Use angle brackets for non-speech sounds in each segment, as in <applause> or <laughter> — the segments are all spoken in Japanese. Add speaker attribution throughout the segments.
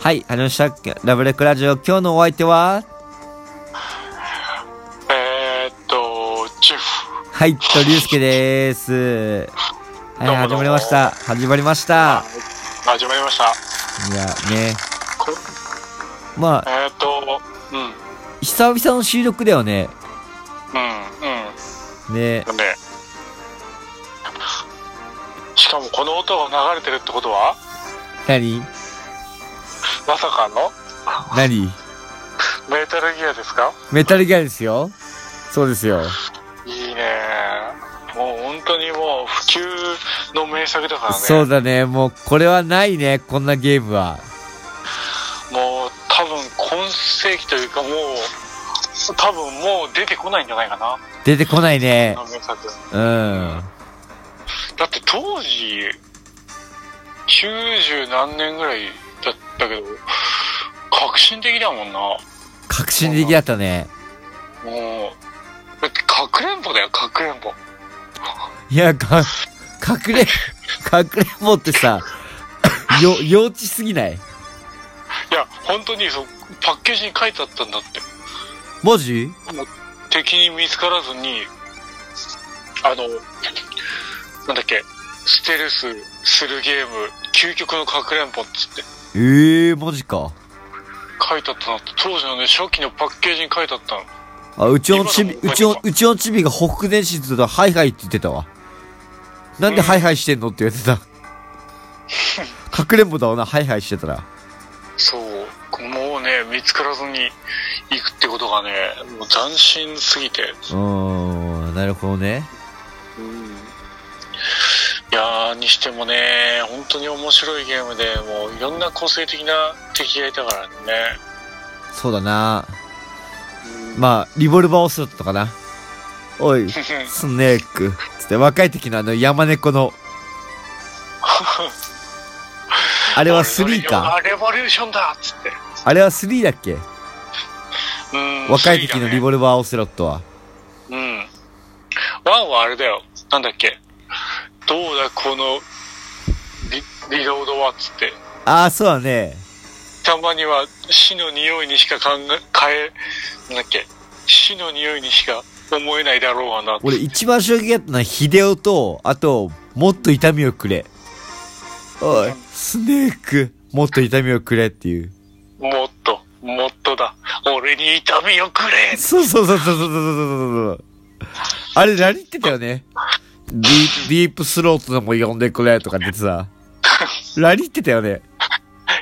Speaker 1: はい、ありました。ラブレクラジオ、今日のお相手は
Speaker 2: えー、っと、ジェフ。
Speaker 1: はい、と、りゅうすけです。はい、
Speaker 2: どうも
Speaker 1: 始
Speaker 2: どうも
Speaker 1: まりました。始まりました。
Speaker 2: 始まりました。
Speaker 1: いや、ね。
Speaker 2: こ
Speaker 1: まあ、
Speaker 2: えー、っと、うん、うん、うん。
Speaker 1: 久々の収録だよね。ね
Speaker 2: な。んで、しかもこの音が流れてるってことは、
Speaker 1: 何
Speaker 2: まさかの
Speaker 1: 何
Speaker 2: メタルギアですか
Speaker 1: メタルギアですよ。そうですよ。
Speaker 2: いいねもう本当にもう普及の名作だからね。
Speaker 1: そうだね。もう、これはないね。こんなゲームは。
Speaker 2: もう多分今世紀というかもう、多分もう出てこないんじゃないかな。
Speaker 1: 出てこないね
Speaker 2: こ。の名作。
Speaker 1: うん。
Speaker 2: だって当時、90何年ぐらいだったけど、革新的だもんな。
Speaker 1: 革新的だったね。
Speaker 2: もう、だってかくれんぼだよ、かくれんぼ。
Speaker 1: いや、か、隠れ、隠れんぼってさ、よ、幼稚すぎない
Speaker 2: いや、本当にそうパッケージに書いてあったんだって。
Speaker 1: マジ
Speaker 2: 敵に見つからずに、あの、なんだっけ、ステルスするゲーム、究極のかくれんぼっつって
Speaker 1: ええー、マジか。
Speaker 2: 書いてあったのって、当時のね、初期のパッケージに書いてあったの。
Speaker 1: あ、うちのチビ、
Speaker 2: 今の
Speaker 1: うちの、うちのチビが北斗電子って言ったら、ハイハイって言ってたわ。なんでハイハイしてんのって言われてた。かくれんぼだわな、ハイハイしてたら。
Speaker 2: そう、もうね、見つからずに行くってことがね、もう斬新すぎて。
Speaker 1: うーん、なるほどね。
Speaker 2: いやー、にしてもね、本当に面白いゲームで、もういろんな個性的な敵がいたからね。
Speaker 1: そうだな。まあ、リボルバーオスロットかな。おい、スネーク。つって、若い時のあの、山猫の。あ
Speaker 2: あ
Speaker 1: れは3か。
Speaker 2: あ、レボリューションだっつって。
Speaker 1: あれは3だっけ
Speaker 2: うん
Speaker 1: 若い時のリ
Speaker 2: ル。
Speaker 1: ボルバーオセロットは。
Speaker 2: うん。ワンはあれだよ。なんだっけ。どうだ、このリ、リロードはっつって。
Speaker 1: ああ、そうだね。
Speaker 2: たまには死の匂いにしか考え、変え、なんだっけ。死の匂いにしか思えないだろうがなっつって。
Speaker 1: 俺一番衝撃だったのはヒデオと、あと、もっと痛みをくれ。おい、スネーク、もっと痛みをくれっていう。
Speaker 2: もっと、もっとだ。俺に痛みをくれ
Speaker 1: そうそうそうそうそうそうそうそう。あれ何言ってたよねディディープスロートでも呼んでくれとかってさ。何言ってたよね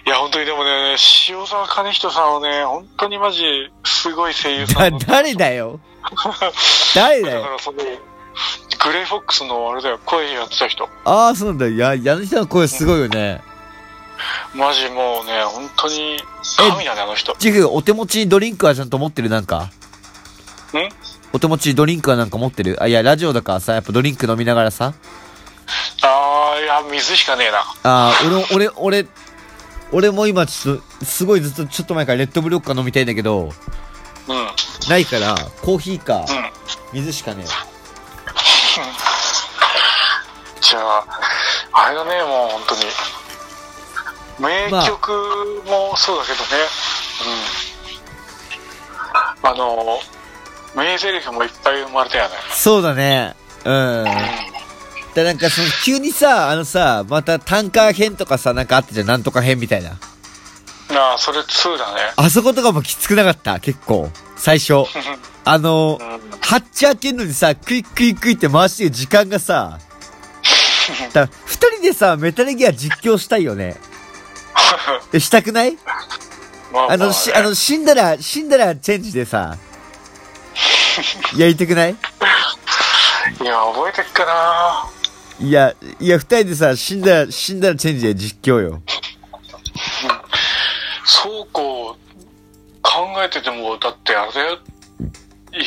Speaker 2: いや、本当にでもね、塩沢兼人さんはね、本当にマジ、すごい声優
Speaker 1: だ
Speaker 2: さん。だ
Speaker 1: 誰だよ誰だ
Speaker 2: か
Speaker 1: よ
Speaker 2: らその、グレイフォックスのあれだよ、声やってた人。
Speaker 1: ああ、そうなんだ。いや、矢野人の声すごいよね。
Speaker 2: マジもうね、本当に、神だね、あの人。ん
Speaker 1: ジフ、お手持ちにドリンクはちゃんと持ってるなんか。お手持ちにドリンクはなんか持ってるあ、いや、ラジオだからさ、やっぱドリンク飲みながらさ。
Speaker 2: あー、いや、水しかねえな。
Speaker 1: あー、俺、俺、俺、俺も今ちょっと、すごいずっとちょっと前からレッドブルオッカ飲みたいんだけど、
Speaker 2: うん、うん。
Speaker 1: ないから、コーヒーか、水しかね
Speaker 2: じゃあ、あれだね、もう本当に。名曲もそうだけどね、うん。あの、名台詞もいっぱい生まれたよね。
Speaker 1: え。そうだね。うん。で、なんかその、急にさ、あのさ、また単価編とかさ、なんかあったじゃん、なんとか編みたいな。
Speaker 2: なあ、それ2だね。
Speaker 1: あそことかもきつくなかった、結構。最初。あのー、ハッチ開けるのにさ、クイックイックイって回してる時間がさ、だから二人でさ、メタルギア実況したいよね。え、したくない
Speaker 2: まあま
Speaker 1: あの、し、あの、死んだら、死んだらチェンジでさ、やりたくない
Speaker 2: いや、覚えてっかない
Speaker 1: や、いや、二人でさ、死んだら、死んだらチェンジで実況よ。
Speaker 2: そうこう、考えてても、だってあれだよ、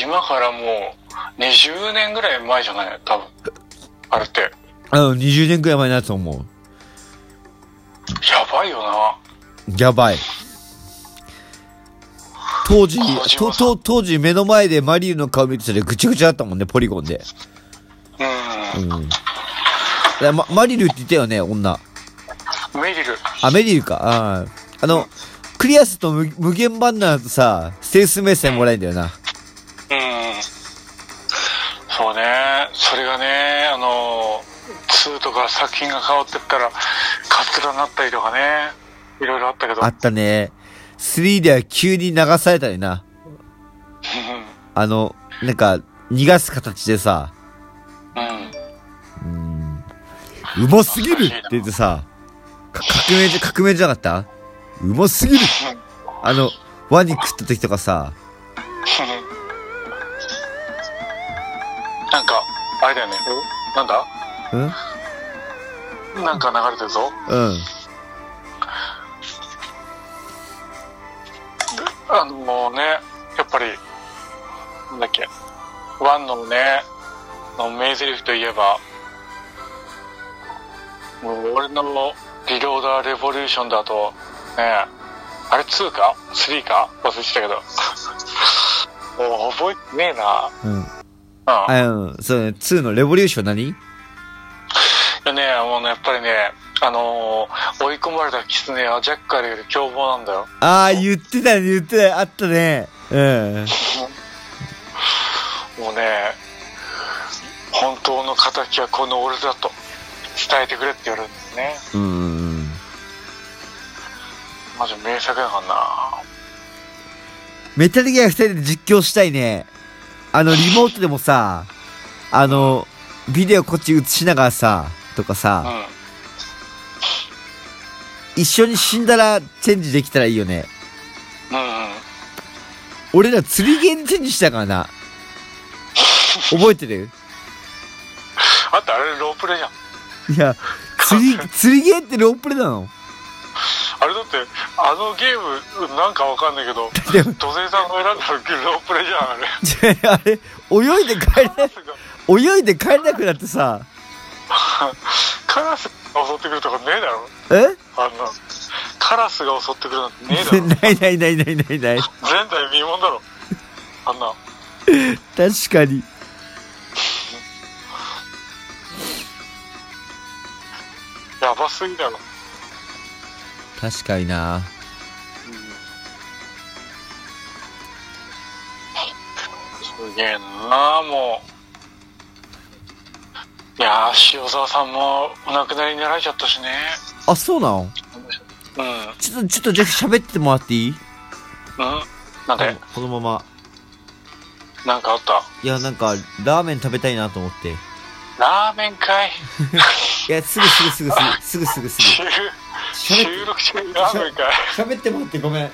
Speaker 2: 今からもう、20年ぐらい前じゃない多分。あれって。
Speaker 1: あの、20年くらい前のやつ思
Speaker 2: やばいよな。
Speaker 1: う。やばい。当時
Speaker 2: 小、
Speaker 1: と、
Speaker 2: 島さん
Speaker 1: と、当時目の前でマリウの顔見てたらぐちゃぐちゃだったもんね、ポリゴンで。
Speaker 2: う
Speaker 1: いやまマリルって言ったよね、女。
Speaker 2: ん。メリル。
Speaker 1: あ、メリルか。あーあの、クリアすると無無限版になるとさ、ステース目線もらえるんだよな。
Speaker 2: うん。そうね。それがね、あの、2とか作品が変わってったら、カツラになったりとかね、いろいろあったけど。
Speaker 1: あったね。3では急に流されたりな。あの、なんか、逃がす形でさ、
Speaker 2: うん。 <laughs>
Speaker 1: うーん、うますぎるって言ってさ、か革命じゃ、革命じゃなかったうますぎるあの、ワニ食った時とかさ、
Speaker 2: なんか、あれだよね。なんだ
Speaker 1: うんうん。
Speaker 2: なんか流れてるぞ。あのもうね、やっぱり、なんだっけ、ワンのね、の名台詞といえば、もう俺のリローダーレボリューションだと、ね、あれ2か ?3 か忘れてたけど。 <laughs> もう覚えてねえな。
Speaker 1: うん。
Speaker 2: うん。
Speaker 1: あ、うん。そうね、2のレボリューション何
Speaker 2: でね、もうね、やっぱりね、あのー追い込まれた狐はジャッカルより凶暴なんだよ。
Speaker 1: ああ、言ってたね、言ってたね。あったね。うん。
Speaker 2: もうね、本当の仇はこの俺だと伝えてくれって言われるんですね。
Speaker 1: うん。
Speaker 2: マジ名作やからな。
Speaker 1: メタルギア2人で実況したいね。あの、リモートでもさ、あの、ビデオこっち映しながらさ、とか
Speaker 2: う
Speaker 1: さ、
Speaker 2: ん。
Speaker 1: 一緒に死んだらチェンジできたらいいよね。
Speaker 2: うんうん。
Speaker 1: 俺ら釣りゲーにチェンジしたからな。覚えてる
Speaker 2: あとあれロープレじゃん。
Speaker 1: いや、釣り、釣りゲーってロープレなの <laughs>
Speaker 2: あれだって、あのゲーム、なんかわかんないけど、
Speaker 1: <laughs> でも、
Speaker 2: 土星さんが選んだロープレじゃん、あ
Speaker 1: <laughs>
Speaker 2: れ。
Speaker 1: 違うあれ、泳いで帰れ、泳いで帰れなくなってさ、
Speaker 2: カラスが襲ってくるとかねえだろ。
Speaker 1: え
Speaker 2: あんな。カラスが襲ってくるなんてね
Speaker 1: <laughs>
Speaker 2: えだろ。
Speaker 1: ないないないないないない。
Speaker 2: 前代未聞だろ。あんな。
Speaker 1: 確かに。
Speaker 2: やばすぎだろ。
Speaker 1: 確かにな。
Speaker 2: すげえなあもう。いやあ塩沢さんもお亡くなりになられちゃったしね。
Speaker 1: あ、そうなの
Speaker 2: うん。うん。
Speaker 1: ちょっと、ちょっと、じゃあ喋ってもらっていい
Speaker 2: なんで、
Speaker 1: このまま。
Speaker 2: なんかあった
Speaker 1: いや、なんか、ラーメン食べたいなと思って。い
Speaker 2: ラーメンかい
Speaker 1: や、すぐすぐすぐすぐ、すぐすぐす
Speaker 2: <laughs> 収
Speaker 1: ぐ。喋
Speaker 2: 収録中にラーメンかい
Speaker 1: って、喋ってもらってごめん。
Speaker 2: い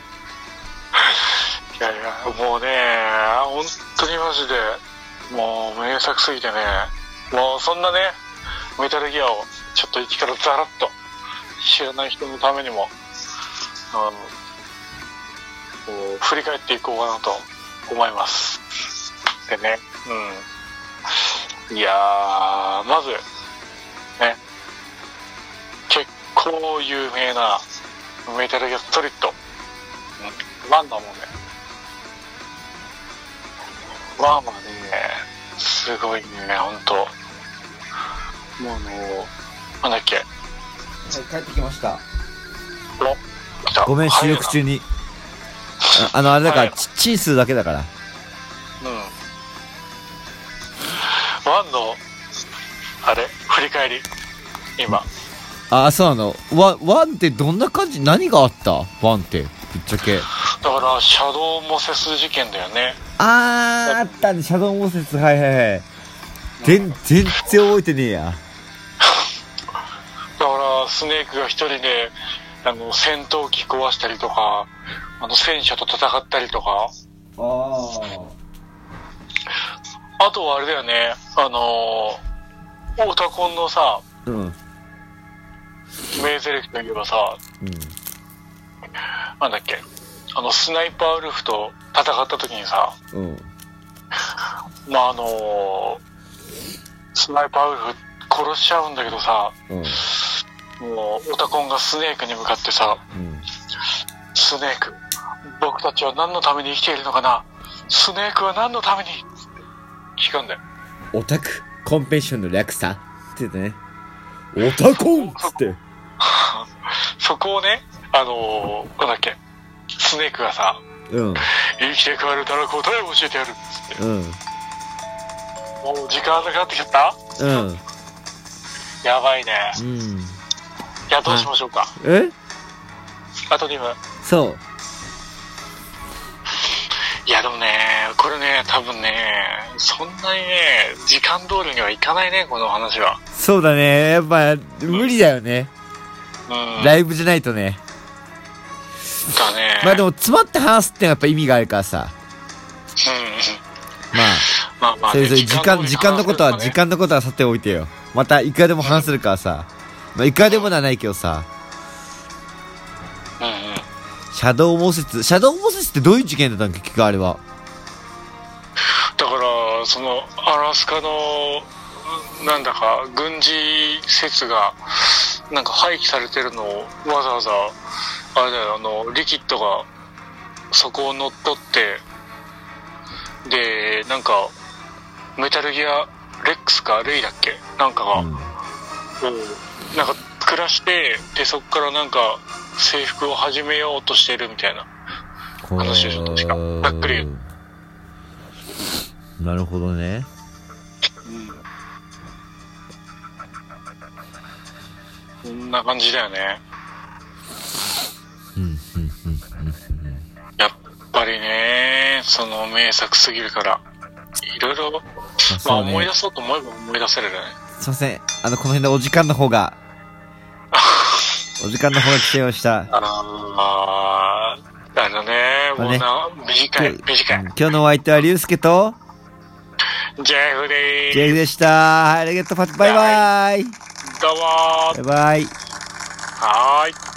Speaker 2: やいや、もうね、本当にマジで、もう名作すぎてね、もうそんなね、メタルギアをちょっと一からザラッと知らない人のためにも、あの、こう振り返っていこうかなと思います。でね、うん。いやー、まず、ね、結構有名なメタルギアソリッド、うんワンだもんね。ワンはね、すごいね、ほんと。もうあの、なんだっけ、
Speaker 1: 帰ってきました。
Speaker 2: お来た。
Speaker 1: ごめん、収
Speaker 2: 早いな
Speaker 1: 録中に。ああの、あれだから、
Speaker 2: 早いな
Speaker 1: ちチンするだけだから。
Speaker 2: うん。ワンの、あれ、振り返り。今。
Speaker 1: あ、そうなの。ワン、ワンってどんな感じ何があったワンって。ぶっちゃけ。
Speaker 2: だから、シャドウモセス事件だよね。
Speaker 1: あー、あったね。シャドウモセス。はいはいはい。全、全然覚えてねえや。
Speaker 2: だから、スネークが一人で、あの、戦闘機壊したりとか、あの、戦車と戦ったりとか、
Speaker 1: あー。
Speaker 2: あとはあれだよね、あのー、オタコンのさ、
Speaker 1: うん。うん。
Speaker 2: 名台詞といえばさ、なんだっけ、あの、スナイパーウルフと戦った時にさ、
Speaker 1: うん。
Speaker 2: まあ、あのースナイパーウルフ殺しちゃうんだけどさ、
Speaker 1: うん。
Speaker 2: もう、オタコンがスネークに向かってさ、
Speaker 1: うん。
Speaker 2: スネーク、僕たちは何のために生きているのかなスネークは何のために聞くんだよ。
Speaker 1: オタク、コンペンションの略さ。って言ってね。オタコンっつって。
Speaker 2: そこをね、あのー、なんだっけ、スネークがさ、
Speaker 1: うん。
Speaker 2: 生きて食われたら答えを教えてやるっつって。
Speaker 1: うん。
Speaker 2: もう時間がかかってきちゃった
Speaker 1: うん。
Speaker 2: やばいね。
Speaker 1: うん。
Speaker 2: いや、どうしましょうか。
Speaker 1: え
Speaker 2: あと2分。
Speaker 1: そう。
Speaker 2: いや、でもね、これね、多分ね、そんなにね、時間通りにはいかないね、この話は。
Speaker 1: そうだね。やっぱ、無理だよね。
Speaker 2: うん。だ
Speaker 1: ライブじゃないとね。
Speaker 2: ね。
Speaker 1: まあで
Speaker 2: も、
Speaker 1: も、詰まって話すってのはやっぱ意味があるからさ。
Speaker 2: うん。
Speaker 1: まあ。
Speaker 2: まあまあ
Speaker 1: そ
Speaker 2: ね、
Speaker 1: れぞれ時間、時間のことは、時
Speaker 2: 間通
Speaker 1: 間のことはさておいてよ。また、いくらでも話せるからさ。まあ、いくらでもではないけどさ。
Speaker 2: り話せるとね。うんうん。
Speaker 1: シャドウモセツ。シャドウモセツってどういう事件だったの結局あれは。
Speaker 2: だからそのアラスカのなんだか軍事施設がなんか廃棄されてるのをわざわざあれだよあのリキッドがそこを乗っ取ってでなんかメタルギアレックスかレイだっけなんかが、
Speaker 1: うん。
Speaker 2: なんか暮らしてでそこからなんか制服を始めようとしてるみたいな話でしょ確かざっくり言う
Speaker 1: なるほどね。
Speaker 2: こんな感じだよね
Speaker 1: うん、うん、うん。
Speaker 2: やっぱりね、その名作すぎるから、いろいろ、
Speaker 1: まあ
Speaker 2: まあ
Speaker 1: そうね
Speaker 2: 思い出そうと思えば思い出せるね。
Speaker 1: すいません。あの、この辺でお時間の方
Speaker 2: <laughs>
Speaker 1: が、お時間の方が来ちゃいました。
Speaker 2: あー、あのね、
Speaker 1: まあ
Speaker 2: もう
Speaker 1: ね
Speaker 2: な、短い
Speaker 1: 今、日
Speaker 2: 短い。
Speaker 1: 今日のお相手は、リュウスケと、
Speaker 2: ジェフで
Speaker 1: ジェ
Speaker 2: ー
Speaker 1: イクでした。はい、ありがとう。バイバイ。
Speaker 2: す。どう
Speaker 1: バ
Speaker 2: も
Speaker 1: イバイ。
Speaker 2: ー。はーい。